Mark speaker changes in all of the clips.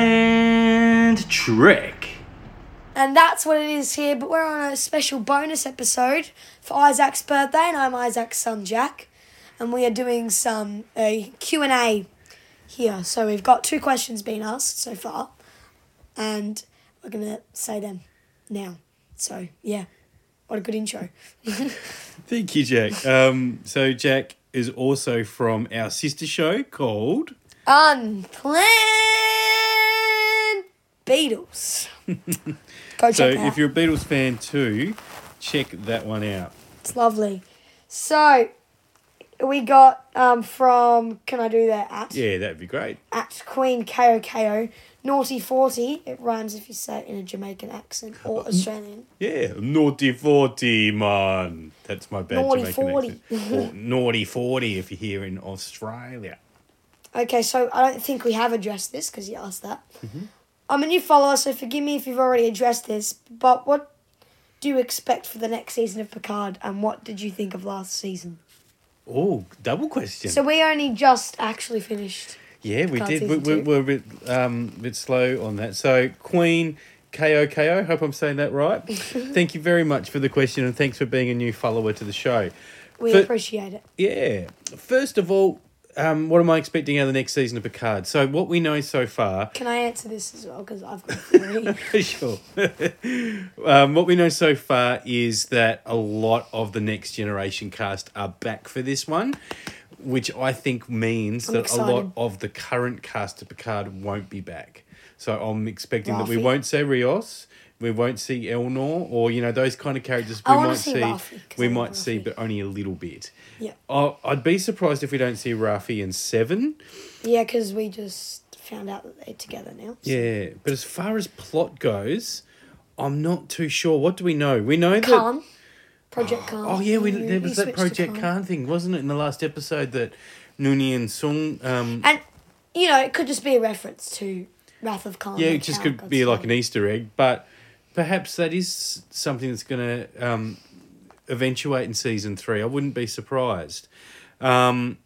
Speaker 1: Unplanned trick.
Speaker 2: And that's what it is here, but we're on a special bonus episode for Isaac's birthday, and I'm Isaac's son Jack, and we are doing some a Q&A here. So we've got two questions being asked so far, and we're going to say them now. So, yeah. What a good intro.
Speaker 3: Thank you, Jack. Um, so Jack is also from our sister show called
Speaker 2: Unplanned Beatles. Go check
Speaker 3: So
Speaker 2: it out.
Speaker 3: if you're a Beatles fan too, check that one out.
Speaker 2: It's lovely. So we got um, from can I do that at
Speaker 3: Yeah, that'd be great.
Speaker 2: at Queen KOKO naughty forty. It rhymes if you say it in a Jamaican accent or
Speaker 3: Uh,
Speaker 2: Australian.
Speaker 3: Yeah, naughty forty man. That's my bad
Speaker 2: Naughty
Speaker 3: Jamaican
Speaker 2: 40.
Speaker 3: accent. Or naughty forty if you're here in Australia.
Speaker 2: Okay, so I don't think we have addressed this because you asked that.
Speaker 3: Mm-hmm.
Speaker 2: I'm a new follower, so forgive me if you've already addressed this. But what do you expect for the next season of Picard, and what did you think of last season?
Speaker 3: Oh, double question.
Speaker 2: So we only just actually finished.
Speaker 3: yeah, we
Speaker 2: Can't
Speaker 3: did. We,
Speaker 2: season
Speaker 3: we,
Speaker 2: two.
Speaker 3: we're a bit, um, bit slow on that. So Queen KOKO, hope I'm saying that right. Thank you very much for the question and thanks for being a new follower to the show.
Speaker 2: We
Speaker 3: For-
Speaker 2: appreciate it.
Speaker 3: Yeah. First of all, um, what am I expecting out of the next season of Picard? So what we know so far,
Speaker 2: Can I answer this as well? Because I've got three.
Speaker 3: sure. um, what we know so far is that a lot of the next generation cast are back for this one, which I think means
Speaker 2: I'm
Speaker 3: that a lot
Speaker 2: excited.
Speaker 3: of the current cast of Picard won't be back. So I'm expecting that we
Speaker 2: Rafi.
Speaker 3: won't see Rios. We won't see Elnor or you know those kind of characters.
Speaker 2: I
Speaker 3: We
Speaker 2: wanna
Speaker 3: might
Speaker 2: see
Speaker 3: see,
Speaker 2: Rafi, 'cause
Speaker 3: we
Speaker 2: I love
Speaker 3: might see,
Speaker 2: Rafi.
Speaker 3: but only a little bit.
Speaker 2: yeah.
Speaker 3: I I'd be surprised if we don't see Rafi in seven.
Speaker 2: Yeah, because we just found out that they're together now.
Speaker 3: Yeah, but as far as plot goes, I'm not too sure. What do we know? We know that.
Speaker 2: Khan. Project Khan.
Speaker 3: Oh yeah, we
Speaker 2: You-
Speaker 3: there
Speaker 2: you
Speaker 3: was that
Speaker 2: switched to
Speaker 3: Project
Speaker 2: Khan.
Speaker 3: Khan thing, wasn't it? In the last episode that Noonie and Sung. Um,
Speaker 2: And, you know, it could just be a reference to Wrath of Khan.
Speaker 3: yeah, it
Speaker 2: like
Speaker 3: just
Speaker 2: how
Speaker 3: could
Speaker 2: got
Speaker 3: be like an
Speaker 2: started.
Speaker 3: Easter egg, but perhaps that is something that's going to um, eventuate in season three. I wouldn't be surprised. Um,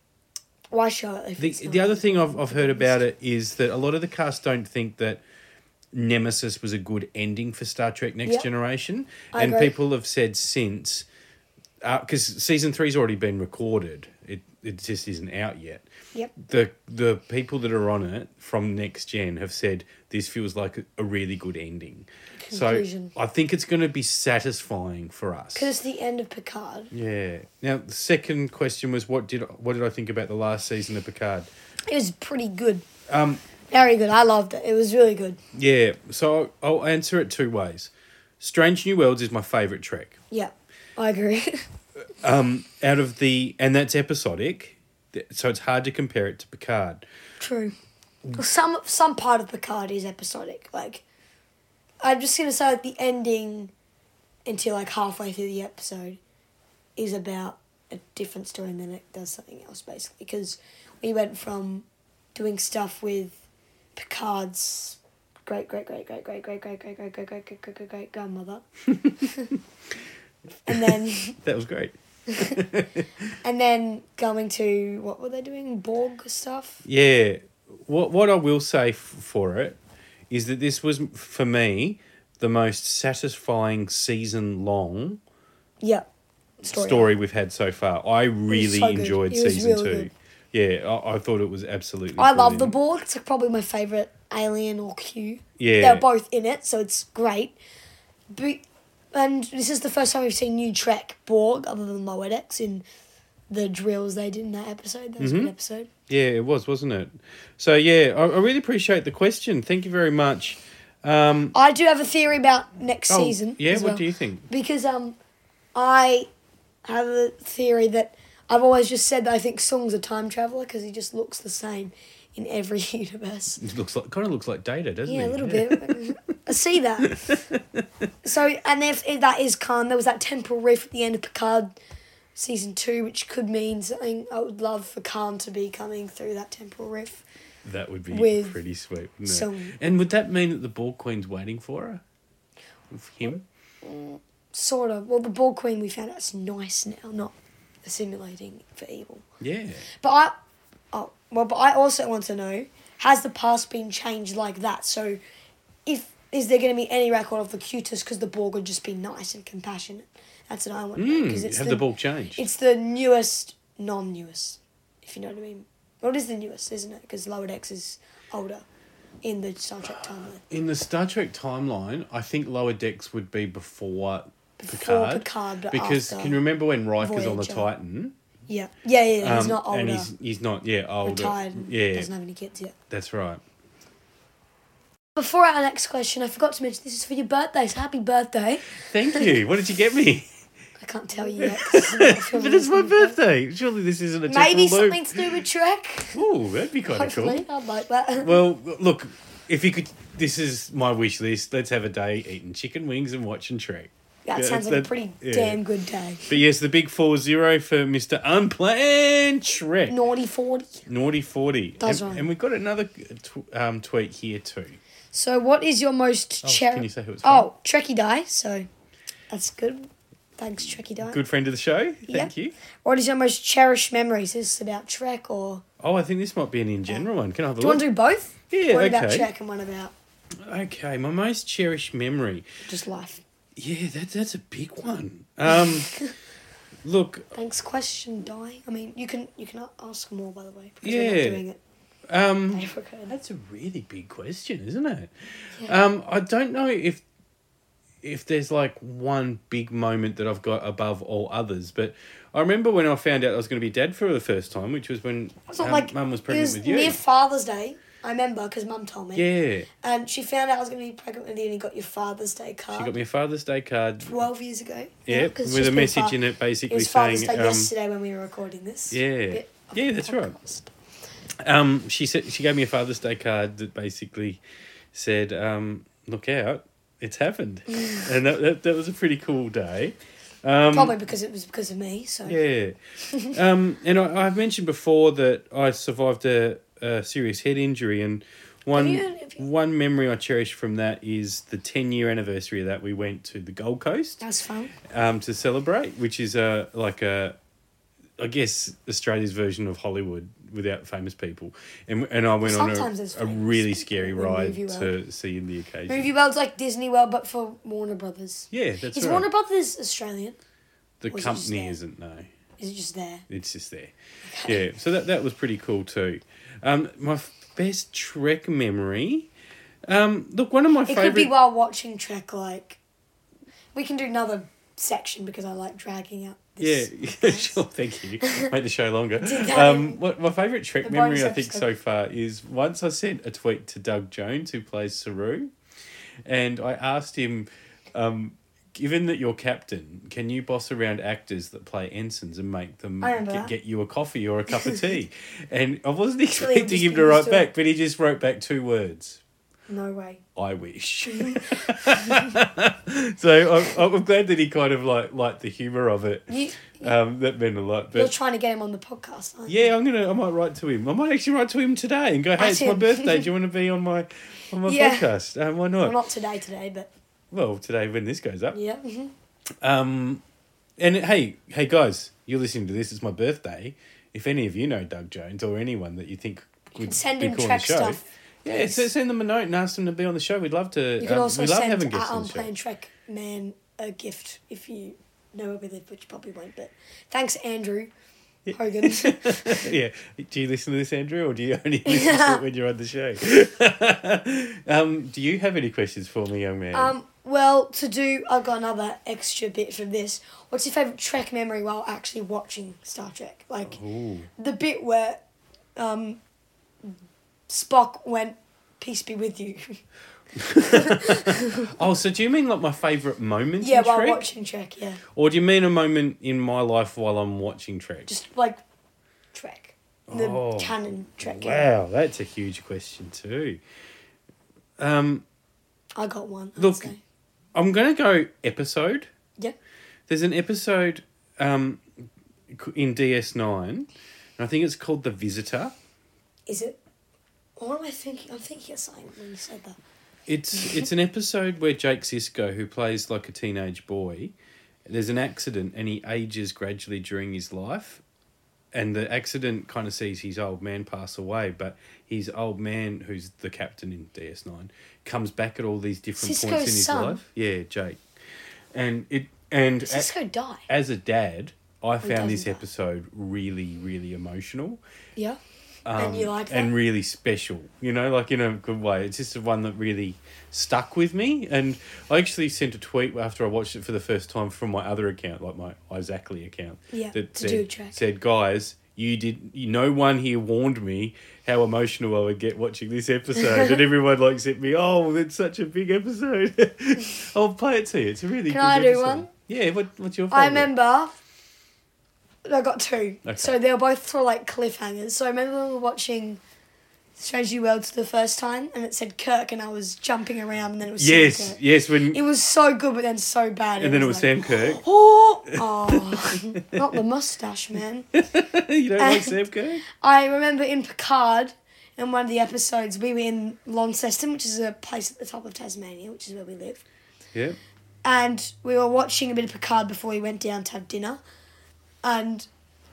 Speaker 2: Why show it? If
Speaker 3: The,
Speaker 2: it's not?
Speaker 3: the other thing I've, I've heard about it is that a lot of the cast don't think that Nemesis was a good ending for Star Trek Next
Speaker 2: Yeah.
Speaker 3: Generation.
Speaker 2: I
Speaker 3: and
Speaker 2: agree.
Speaker 3: people have said since, because season three's already been recorded, it, it just isn't out yet.
Speaker 2: Yep.
Speaker 3: The, the people that are on it from Next Gen have said this feels like a, a really good ending.
Speaker 2: Conclusion.
Speaker 3: So I think it's going to be satisfying for us.
Speaker 2: Because it's the end of Picard.
Speaker 3: Yeah. Now the second question was what did what did I think about the last season of Picard?
Speaker 2: It was pretty good.
Speaker 3: Um,
Speaker 2: Very good. I loved it. It was really good.
Speaker 3: Yeah, so I'll answer it two ways. Strange New Worlds is my favourite track.
Speaker 2: Yeah, I agree.
Speaker 3: Out of the, and that's episodic, th- so it's hard to compare it to Picard.
Speaker 2: True. Some some part of Picard is episodic. Like, I'm just gonna say like the ending, until like halfway through the episode, is about a different story, and then it does something else basically. Because we went from doing stuff with Picard's great great great great great great great great great great great great great great great grandmother, and then
Speaker 3: That was great.
Speaker 2: and then going to what were they doing Borg stuff?
Speaker 3: Yeah, what, what I will say f- for it is that this was, for me, the most satisfying season long
Speaker 2: Yeah.
Speaker 3: story, we've had so far. I really
Speaker 2: so good.
Speaker 3: enjoyed
Speaker 2: It was
Speaker 3: season
Speaker 2: really
Speaker 3: two.
Speaker 2: good.
Speaker 3: Yeah, I, I thought it was absolutely.
Speaker 2: I love the
Speaker 3: brilliant.
Speaker 2: Borg. It's like probably my favorite alien or Q.
Speaker 3: Yeah.
Speaker 2: they're both in it, so it's great. But and this is the first time we've seen new Trek Borg other than Lower Decks in the drills they did in that episode. That was
Speaker 3: Mm-hmm.
Speaker 2: a good episode.
Speaker 3: Yeah, it was, wasn't it? So yeah, I, I really appreciate the question. Thank you very much. Um,
Speaker 2: I do have a theory about next
Speaker 3: Oh,
Speaker 2: season.
Speaker 3: Yeah,
Speaker 2: as
Speaker 3: what
Speaker 2: well.
Speaker 3: do you think?
Speaker 2: Because um, I have a theory that I've always just said that I think Sung's a time traveler because he just looks the same in every universe.
Speaker 3: It looks like kind of looks like data, doesn't
Speaker 2: Yeah,
Speaker 3: it?
Speaker 2: a little bit. I see that. so, and if, if that is Khan, there was that temporal rift at the end of Picard season two, which could mean something. I would love for Khan to be coming through that temporal riff.
Speaker 3: That would be
Speaker 2: With
Speaker 3: pretty sweet. Wouldn't it?
Speaker 2: some-
Speaker 3: And would that mean that the ball queen's waiting for her? For him?
Speaker 2: Sort of. Well, the Ball Queen we found out's nice now, not assimilating for evil.
Speaker 3: Yeah.
Speaker 2: But I, oh well, but I also want to know: has the past been changed like that? So, if is there going to be any record of the cutest? Because the Borg would just be nice and compassionate. That's what I want.
Speaker 3: Hmm,
Speaker 2: Because it's
Speaker 3: have the, ball changed.
Speaker 2: It's the newest, non-newest, if you know what I mean. Well, it is the newest, isn't it? Because Lower Decks is older in the Star Trek timeline.
Speaker 3: In the Star Trek timeline, I think Lower Decks would be before,
Speaker 2: Before
Speaker 3: Picard.
Speaker 2: Picard, but
Speaker 3: because
Speaker 2: after
Speaker 3: can you remember when Riker's on the
Speaker 2: Voyager.
Speaker 3: Titan?
Speaker 2: Yeah, yeah, yeah. yeah, he's
Speaker 3: Um,
Speaker 2: not older.
Speaker 3: And he's, he's not, yeah, older.
Speaker 2: retired. And
Speaker 3: Yeah,
Speaker 2: doesn't have any kids yet.
Speaker 3: that's right.
Speaker 2: Before our next question, I forgot to mention this is for your birthday. So happy birthday!
Speaker 3: Thank you. What did you get me?
Speaker 2: I can't tell you yet. 'cause I'm not filming
Speaker 3: but it's
Speaker 2: this
Speaker 3: my
Speaker 2: one.
Speaker 3: birthday. Surely this isn't a temporal
Speaker 2: Maybe
Speaker 3: loop.
Speaker 2: something to do with Trek.
Speaker 3: Ooh, that'd be kind of cool.
Speaker 2: Hopefully, I'd like that.
Speaker 3: Well, look, if you could, this is my wish list. Let's have a day eating chicken wings and watching Trek.
Speaker 2: that
Speaker 3: yeah,
Speaker 2: sounds like
Speaker 3: that-
Speaker 2: a pretty
Speaker 3: yeah.
Speaker 2: damn good day.
Speaker 3: But yes, the big four zero for Mister Unplanned Trek.
Speaker 2: Naughty forty.
Speaker 3: Naughty forty.
Speaker 2: Does
Speaker 3: and,
Speaker 2: rhyme.
Speaker 3: and we've got another tw- um, tweet here too.
Speaker 2: So, what is your most
Speaker 3: Oh,
Speaker 2: cher-
Speaker 3: can you say who it's
Speaker 2: Oh, Trekkie Die. So, that's good. Thanks, Trekkie Die.
Speaker 3: Good friend of the show.
Speaker 2: Yeah.
Speaker 3: Thank you.
Speaker 2: What is your most cherished memories? Is this about Trek or
Speaker 3: Oh, I think this might be an in general one. Can I have a
Speaker 2: do you
Speaker 3: look?
Speaker 2: want to do both?
Speaker 3: Yeah,
Speaker 2: One about
Speaker 3: okay.
Speaker 2: Trek and one about
Speaker 3: okay, my most cherished memory.
Speaker 2: just life.
Speaker 3: Yeah, that, that's a big one. Um, look,
Speaker 2: Thanks, question die. I mean, you can you can ask more by the way because we're
Speaker 3: Yeah.
Speaker 2: not doing it.
Speaker 3: um,
Speaker 2: They recorded.
Speaker 3: That's a really big question, isn't it?
Speaker 2: Yeah.
Speaker 3: Um, I don't know if if there's like one big moment that I've got above all others, but I remember when I found out I was going to be dad for the first time, which was when
Speaker 2: It's not
Speaker 3: um,
Speaker 2: like
Speaker 3: mum was
Speaker 2: it
Speaker 3: pregnant
Speaker 2: was
Speaker 3: with you.
Speaker 2: near Father's Day. I remember because Mum told me.
Speaker 3: yeah, she
Speaker 2: And she found out I was going to be pregnant with you, and you got your Father's Day card.
Speaker 3: got me a Father's Day card.
Speaker 2: twelve years ago.
Speaker 3: Yeah, with a message in it basically
Speaker 2: It was
Speaker 3: saying,
Speaker 2: Father's Day
Speaker 3: um,
Speaker 2: yesterday when we were recording this.
Speaker 3: Yeah.
Speaker 2: bit of
Speaker 3: Yeah,
Speaker 2: the
Speaker 3: that's right.
Speaker 2: podcast.
Speaker 3: um, she said she gave me a Father's Day card that basically said, um, "Look out, it's happened,"
Speaker 2: Mm.
Speaker 3: and that, that that was a pretty cool day. Um,
Speaker 2: Probably because it was because of me. So
Speaker 3: Yeah. um, and I, I've mentioned before that I survived a, a serious head injury, and one
Speaker 2: Have you- have you-
Speaker 3: one memory I cherish from that is the ten year anniversary of that we went to the Gold Coast
Speaker 2: that's fun.
Speaker 3: um, to celebrate, which is a like a. I guess Australia's version of Hollywood without famous people, and and I went
Speaker 2: Sometimes there's
Speaker 3: on a, a
Speaker 2: famous
Speaker 3: really
Speaker 2: people
Speaker 3: scary
Speaker 2: in the
Speaker 3: ride
Speaker 2: movie
Speaker 3: to see in the occasion.
Speaker 2: Movie World's like Disney World, but for Warner Brothers.
Speaker 3: Yeah, that's
Speaker 2: is
Speaker 3: right.
Speaker 2: Warner Brothers Australian?
Speaker 3: the
Speaker 2: was it just
Speaker 3: company
Speaker 2: there?
Speaker 3: isn't no.
Speaker 2: Is it just there?
Speaker 3: it's just there. Yeah, so that that was pretty cool too. Um, my f- best Trek memory. Um, look, one of my
Speaker 2: It
Speaker 3: favorite.
Speaker 2: could be while watching Trek. Like, we can do another section because I like dragging out.
Speaker 3: yeah,
Speaker 2: This.
Speaker 3: yeah, sure. Thank you. Make the show longer.
Speaker 2: that.
Speaker 3: Um, what my favorite Trek
Speaker 2: The
Speaker 3: memory
Speaker 2: bonus
Speaker 3: I think so
Speaker 2: episode.
Speaker 3: far is once I sent a tweet to Doug Jones who plays Saru, and I asked him, um, given that you're captain, can you boss around actors that play ensigns and make them
Speaker 2: I remember
Speaker 3: get,
Speaker 2: that.
Speaker 3: get you a coffee or a cup of tea? and I wasn't
Speaker 2: Really
Speaker 3: expecting him
Speaker 2: interesting
Speaker 3: to write
Speaker 2: story.
Speaker 3: back, but he just wrote back two words.
Speaker 2: No way.
Speaker 3: I wish. so I'm, I'm glad that he kind of like liked the humor of it.
Speaker 2: You,
Speaker 3: Um, that meant a lot.
Speaker 2: you're
Speaker 3: But
Speaker 2: trying to get him on the podcast, aren't you?
Speaker 3: yeah, I'm gonna. I might write to him. I might actually write to him today and go, "Hey,
Speaker 2: At
Speaker 3: it's my
Speaker 2: him.
Speaker 3: birthday. Do you want to be on my on my
Speaker 2: Yeah.
Speaker 3: podcast? Um, why
Speaker 2: Well,
Speaker 3: not?
Speaker 2: not today, today, but
Speaker 3: Well, today when this goes up.
Speaker 2: yeah. mhm.
Speaker 3: Um, and hey, hey guys, you're listening to this. It's my birthday. If any of you know Doug Jones or anyone that you think would
Speaker 2: Send
Speaker 3: be
Speaker 2: him
Speaker 3: cool on the
Speaker 2: Trek
Speaker 3: show,
Speaker 2: stuff.
Speaker 3: yeah,
Speaker 2: please.
Speaker 3: so send them a note and ask them to be on the show. We'd love to.
Speaker 2: You can
Speaker 3: um,
Speaker 2: also
Speaker 3: we love having
Speaker 2: send
Speaker 3: guests
Speaker 2: at
Speaker 3: on the show.
Speaker 2: Unplanned Trek Man a gift if you know where they live, which you probably won't. But thanks, Andrew Hogan.
Speaker 3: yeah. Do you listen to this, Andrew, or do you only listen to it when you're on the show? um, do you have any questions for me, young man?
Speaker 2: um, well, to do, I've got another extra bit from this. What's your favourite Trek memory while actually watching Star Trek? Like
Speaker 3: Ooh.
Speaker 2: the bit where um, Spock went, Peace be with you.
Speaker 3: Oh, so do you mean like my favourite moment
Speaker 2: yeah,
Speaker 3: in
Speaker 2: while
Speaker 3: Trek?
Speaker 2: watching Trek, yeah.
Speaker 3: Or do you mean a moment in my life while I'm watching Trek?
Speaker 2: Just like Trek. The
Speaker 3: Oh.
Speaker 2: canon Trek. yeah.
Speaker 3: wow, that's a huge question too. Um,
Speaker 2: I got one. I'd
Speaker 3: Look-
Speaker 2: say.
Speaker 3: I'm gonna go episode.
Speaker 2: Yeah.
Speaker 3: There's an episode um, in DS9, and I think it's called The Visitor.
Speaker 2: Is it? What am I thinking? I'm thinking of something when you said that.
Speaker 3: It's it's an episode where Jake Sisko, who plays like a teenage boy, there's an accident and he ages gradually during his life, and the accident kind of sees his old man pass away, but his old man, who's the captain in DS Nine, comes back at all these different points in
Speaker 2: Sisko's
Speaker 3: his
Speaker 2: son?
Speaker 3: life. Yeah, Jake, and it and a-
Speaker 2: Cisco die.
Speaker 3: as a dad, I found this
Speaker 2: Oh, doesn't die.
Speaker 3: episode really really emotional
Speaker 2: Yeah. and you like that?
Speaker 3: Um, and really special, you know, like in a good way. It's just the one that really stuck with me. And I actually sent a tweet after I watched it for the first time from my other account, like my Isaacly account,
Speaker 2: Yeah,
Speaker 3: that
Speaker 2: to do a
Speaker 3: said,
Speaker 2: track.
Speaker 3: said, guys, you did. You, no one here warned me how emotional I would get watching this episode, and everyone like sent me, "Oh, it's such a big episode." I'll play it to you. It's a really.
Speaker 2: Can
Speaker 3: good
Speaker 2: I do
Speaker 3: episode.
Speaker 2: one?
Speaker 3: Yeah. What, what's your favorite?
Speaker 2: I remember. I got two.
Speaker 3: Okay.
Speaker 2: So they were both sort of like cliffhangers. So I remember when we were watching Strange New Worlds for the first time, and it said Kirk, and I was jumping around, and then it was Sam
Speaker 3: Yes.
Speaker 2: Kirk.
Speaker 3: Yes. When
Speaker 2: It was so good, but then so bad.
Speaker 3: and then it was
Speaker 2: like,
Speaker 3: Sam Kirk.
Speaker 2: Oh, oh, not the mustache, man.
Speaker 3: you don't like Sam Kirk?
Speaker 2: I remember in Picard, in one of the episodes, we were in Launceston, which is a place at the top of Tasmania, which is where we live.
Speaker 3: Yeah.
Speaker 2: and we were watching a bit of Picard before we went down to have dinner, and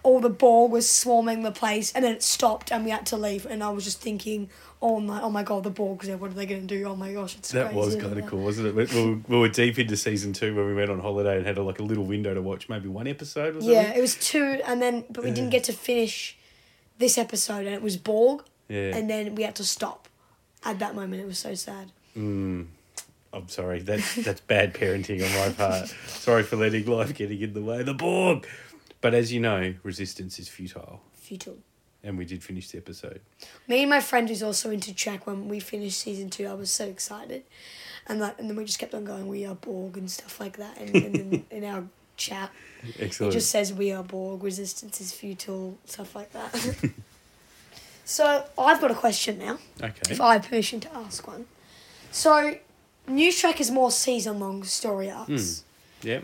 Speaker 2: all the Borg was swarming the place, and then it stopped, and we had to leave. And I was just thinking, oh my, oh my god, the Borg's there. What are they going to do? Oh my gosh, it's
Speaker 3: That
Speaker 2: crazy.
Speaker 3: was kind of
Speaker 2: Yeah.
Speaker 3: cool, wasn't it? We, we, were- we were deep into season two when we went on holiday and had a, like a little window to watch maybe one episode or something.
Speaker 2: Yeah, it was two, and then but we didn't get to finish this episode, and it was Borg,
Speaker 3: Yeah.
Speaker 2: and then we had to stop. At that moment, it was so sad.
Speaker 3: I'm sorry, that's that's bad parenting on my part. Sorry for letting life getting in the way of the Borg. But as you know, resistance is futile,
Speaker 2: Futile.
Speaker 3: and we did finish the episode.
Speaker 2: Me and my friend who's also into track when we finished season two, I was so excited. And like and then we just kept on going, We are Borg and stuff like that and, and then in our chat it
Speaker 3: Excellent.
Speaker 2: just says we are Borg, resistance is futile, stuff like that. so I've got a question now.
Speaker 3: okay.
Speaker 2: If I have permission to ask one. So News Track is more season long story arcs.
Speaker 3: Yep.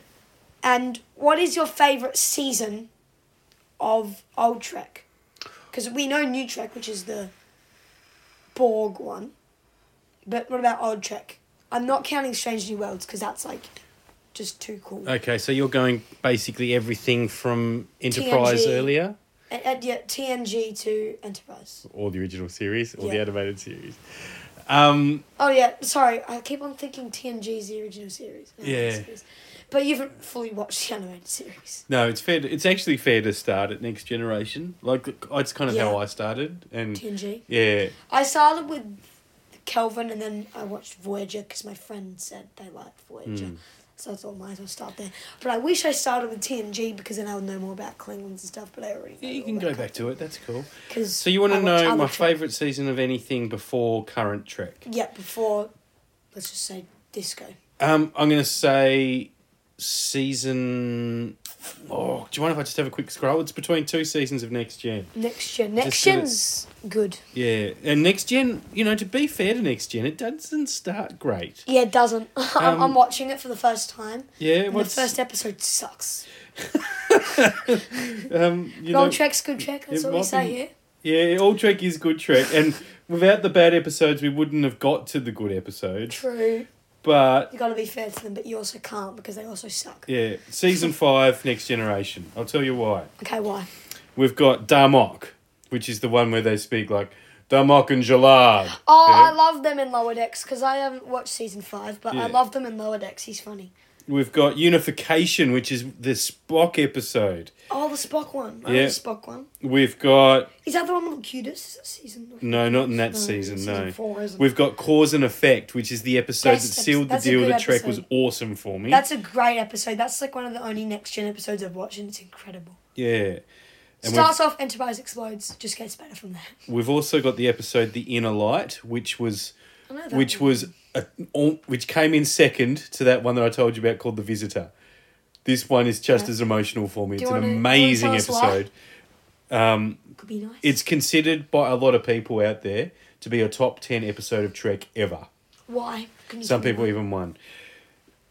Speaker 2: And what is your favourite season of Old Trek? Because we know New Trek, which is the Borg one. But what about Old Trek? I'm not counting Strange New Worlds because that's like just too cool.
Speaker 3: Okay, so you're going basically everything from Enterprise
Speaker 2: TNG.
Speaker 3: earlier,
Speaker 2: And, and Uh, yeah, TNG to Enterprise.
Speaker 3: or the original series, or the
Speaker 2: Yeah.
Speaker 3: animated series. Um,
Speaker 2: Oh yeah, sorry, I keep on thinking TNG is the original series. No,
Speaker 3: Yeah.
Speaker 2: series. But you haven't fully watched the animated series.
Speaker 3: No, it's fair. To, it's actually fair to start at Next Generation. Like it's kind of
Speaker 2: Yeah.
Speaker 3: how I started, and
Speaker 2: TNG.
Speaker 3: yeah,
Speaker 2: I started with Kelvin and then I watched Voyager because my friend said they liked Voyager.
Speaker 3: Hmm.
Speaker 2: So I thought might as well start there. But I wish I started with TNG because then I would know more about Klingons and stuff, but I already know
Speaker 3: you can go back to it. That's cool.
Speaker 2: Cause
Speaker 3: So you want
Speaker 2: I
Speaker 3: to
Speaker 2: watch
Speaker 3: know
Speaker 2: other
Speaker 3: my
Speaker 2: Trek.
Speaker 3: favorite season of anything before current Trek?
Speaker 2: Yeah, before, let's just say disco.
Speaker 3: Um, I'm gonna say season. Oh, do you mind if I just have a quick scroll? It's between two seasons of Next Gen.
Speaker 2: Next gen. Next
Speaker 3: Just so that-
Speaker 2: gen's good.
Speaker 3: Yeah, and Next Gen. You know, to be fair to Next Gen, it doesn't start great.
Speaker 2: Yeah, it doesn't. I'm, I'm
Speaker 3: Um,
Speaker 2: watching it for the first time.
Speaker 3: Yeah,
Speaker 2: And
Speaker 3: what's
Speaker 2: the first episode sucks.
Speaker 3: um? You
Speaker 2: Wrong
Speaker 3: know,
Speaker 2: Trek's good Trek, that's
Speaker 3: it
Speaker 2: what we
Speaker 3: might
Speaker 2: say
Speaker 3: be-
Speaker 2: here.
Speaker 3: Yeah, all Trek is good Trek, and without the bad episodes, we wouldn't have got to the good episodes.
Speaker 2: True.
Speaker 3: But
Speaker 2: you got to be fair to them, but you also can't because they also suck.
Speaker 3: yeah, season five, Next Generation. I'll tell you why.
Speaker 2: Okay, why?
Speaker 3: We've got Darmok, which is the one where they speak like Darmok and Jalad.
Speaker 2: Oh, I
Speaker 3: Yeah.
Speaker 2: love them in Lower Decks because I haven't watched season five, but
Speaker 3: Yeah.
Speaker 2: I love them in Lower Decks. He's funny.
Speaker 3: We've got Unification, which is the Spock episode.
Speaker 2: Oh, the Spock one. I
Speaker 3: Yeah.
Speaker 2: love the Spock one.
Speaker 3: We've got
Speaker 2: Is that the one with the cutest Is that season?
Speaker 3: no, not in that
Speaker 2: No,
Speaker 3: season.
Speaker 2: Mm, season
Speaker 3: No,
Speaker 2: four, isn't it?
Speaker 3: we've got Cause and Effect, which is the episode
Speaker 2: Best
Speaker 3: that
Speaker 2: episode.
Speaker 3: sealed the
Speaker 2: That's a
Speaker 3: deal.
Speaker 2: good
Speaker 3: That Trek was
Speaker 2: episode.
Speaker 3: awesome for me.
Speaker 2: That's a great episode. That's like one of the only next gen episodes I've watched, and it's incredible.
Speaker 3: yeah. And we've-
Speaker 2: Starts off, Enterprise explodes, just gets better from there.
Speaker 3: We've also got the episode "The Inner Light," which was,
Speaker 2: I know Oh, that
Speaker 3: which
Speaker 2: one.
Speaker 3: was, a, al- which came in second to that one that I told you about called "The Visitor." This one is just
Speaker 2: Yeah.
Speaker 3: as emotional for me.
Speaker 2: Do
Speaker 3: it's
Speaker 2: you
Speaker 3: an
Speaker 2: wanna- do you wanna
Speaker 3: amazing
Speaker 2: tell us why?
Speaker 3: episode.
Speaker 2: Could be nice.
Speaker 3: It's considered by a lot of people out there to be a top ten episode of Trek ever.
Speaker 2: why? Can you
Speaker 3: Some
Speaker 2: tell me
Speaker 3: people
Speaker 2: why?
Speaker 3: even won.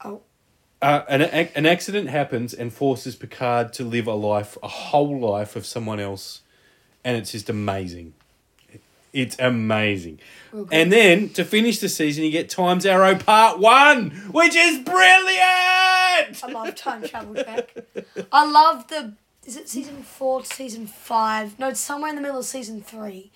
Speaker 2: Oh,
Speaker 4: Uh, an, ac- an accident happens and forces Picard to live a life, a whole life of someone else, and it's just amazing. It's amazing. And then to finish the season, you get Time's Arrow Part 1, which is brilliant!
Speaker 2: I love time travel track. I love the is it season four to season five? No, it's somewhere in the middle of season three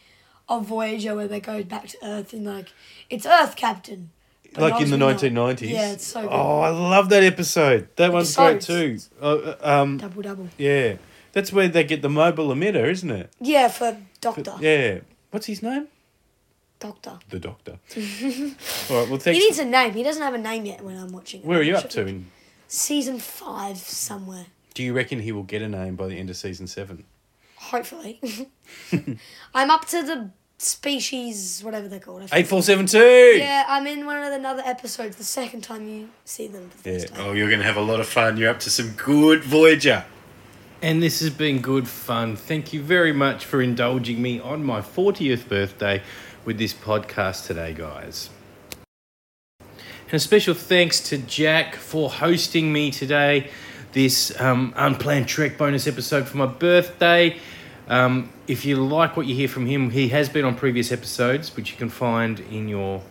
Speaker 2: of Voyager where they go back to Earth and like it's Earth Captain. but
Speaker 4: like
Speaker 2: not
Speaker 4: in the
Speaker 2: as we know it.
Speaker 4: 1990s.
Speaker 2: Yeah, it's so good.
Speaker 4: Oh, I love that episode. That one's great too.
Speaker 2: Episodes.
Speaker 4: Uh, uh, um,
Speaker 2: Double double.
Speaker 4: yeah. That's where they get the mobile emitter, isn't it?
Speaker 2: Yeah, for Doctor.
Speaker 4: Yeah. What's his name?
Speaker 2: Doctor.
Speaker 4: The Doctor. All right, well,
Speaker 2: He
Speaker 4: thanks.
Speaker 2: needs a name. He doesn't have a name yet when I'm watching it.
Speaker 4: Where are you
Speaker 2: I
Speaker 4: up
Speaker 2: should-
Speaker 4: to? And
Speaker 2: Season five somewhere.
Speaker 4: do you reckon he will get a name by the end of season seven?
Speaker 2: Hopefully. I'm up to the species whatever they're called. I forget.
Speaker 4: 8472!
Speaker 2: Yeah, I'm in one of the other episodes the second time you see them for the
Speaker 4: Yeah.
Speaker 2: first time.
Speaker 4: Oh, you're going to have a lot of fun. You're up to some good Voyager.
Speaker 3: And this has been good fun. Thank you very much for indulging me on my 40th birthday with this podcast today, guys. And a special thanks to Jack for hosting me today, this um, unplanned Trek bonus episode for my birthday. Um, if you like what you hear from him, he has been on previous episodes, which you can find in your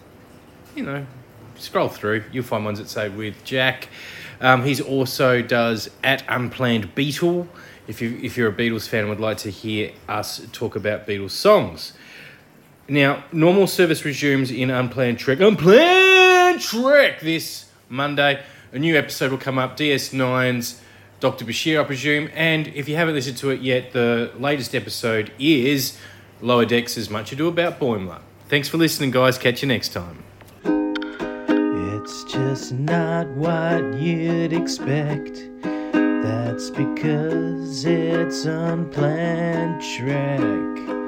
Speaker 3: you know, scroll through. You'll find ones that say with Jack. Um, he's also does at Unplanned Beatle. If you if you're a Beatles fan and would like to hear us talk about Beatles songs. Now, normal service resumes in Unplanned Trek. Unplanned Trek this Monday. A new episode will come up. DS9's Dr. Bashir, I presume. And if you haven't listened to it yet, the latest episode is Lower Decks As Much Ado About Boimler. Thanks for listening, guys. Catch you next time.
Speaker 5: It's just not what you'd expect. That's because it's unplanned Trek.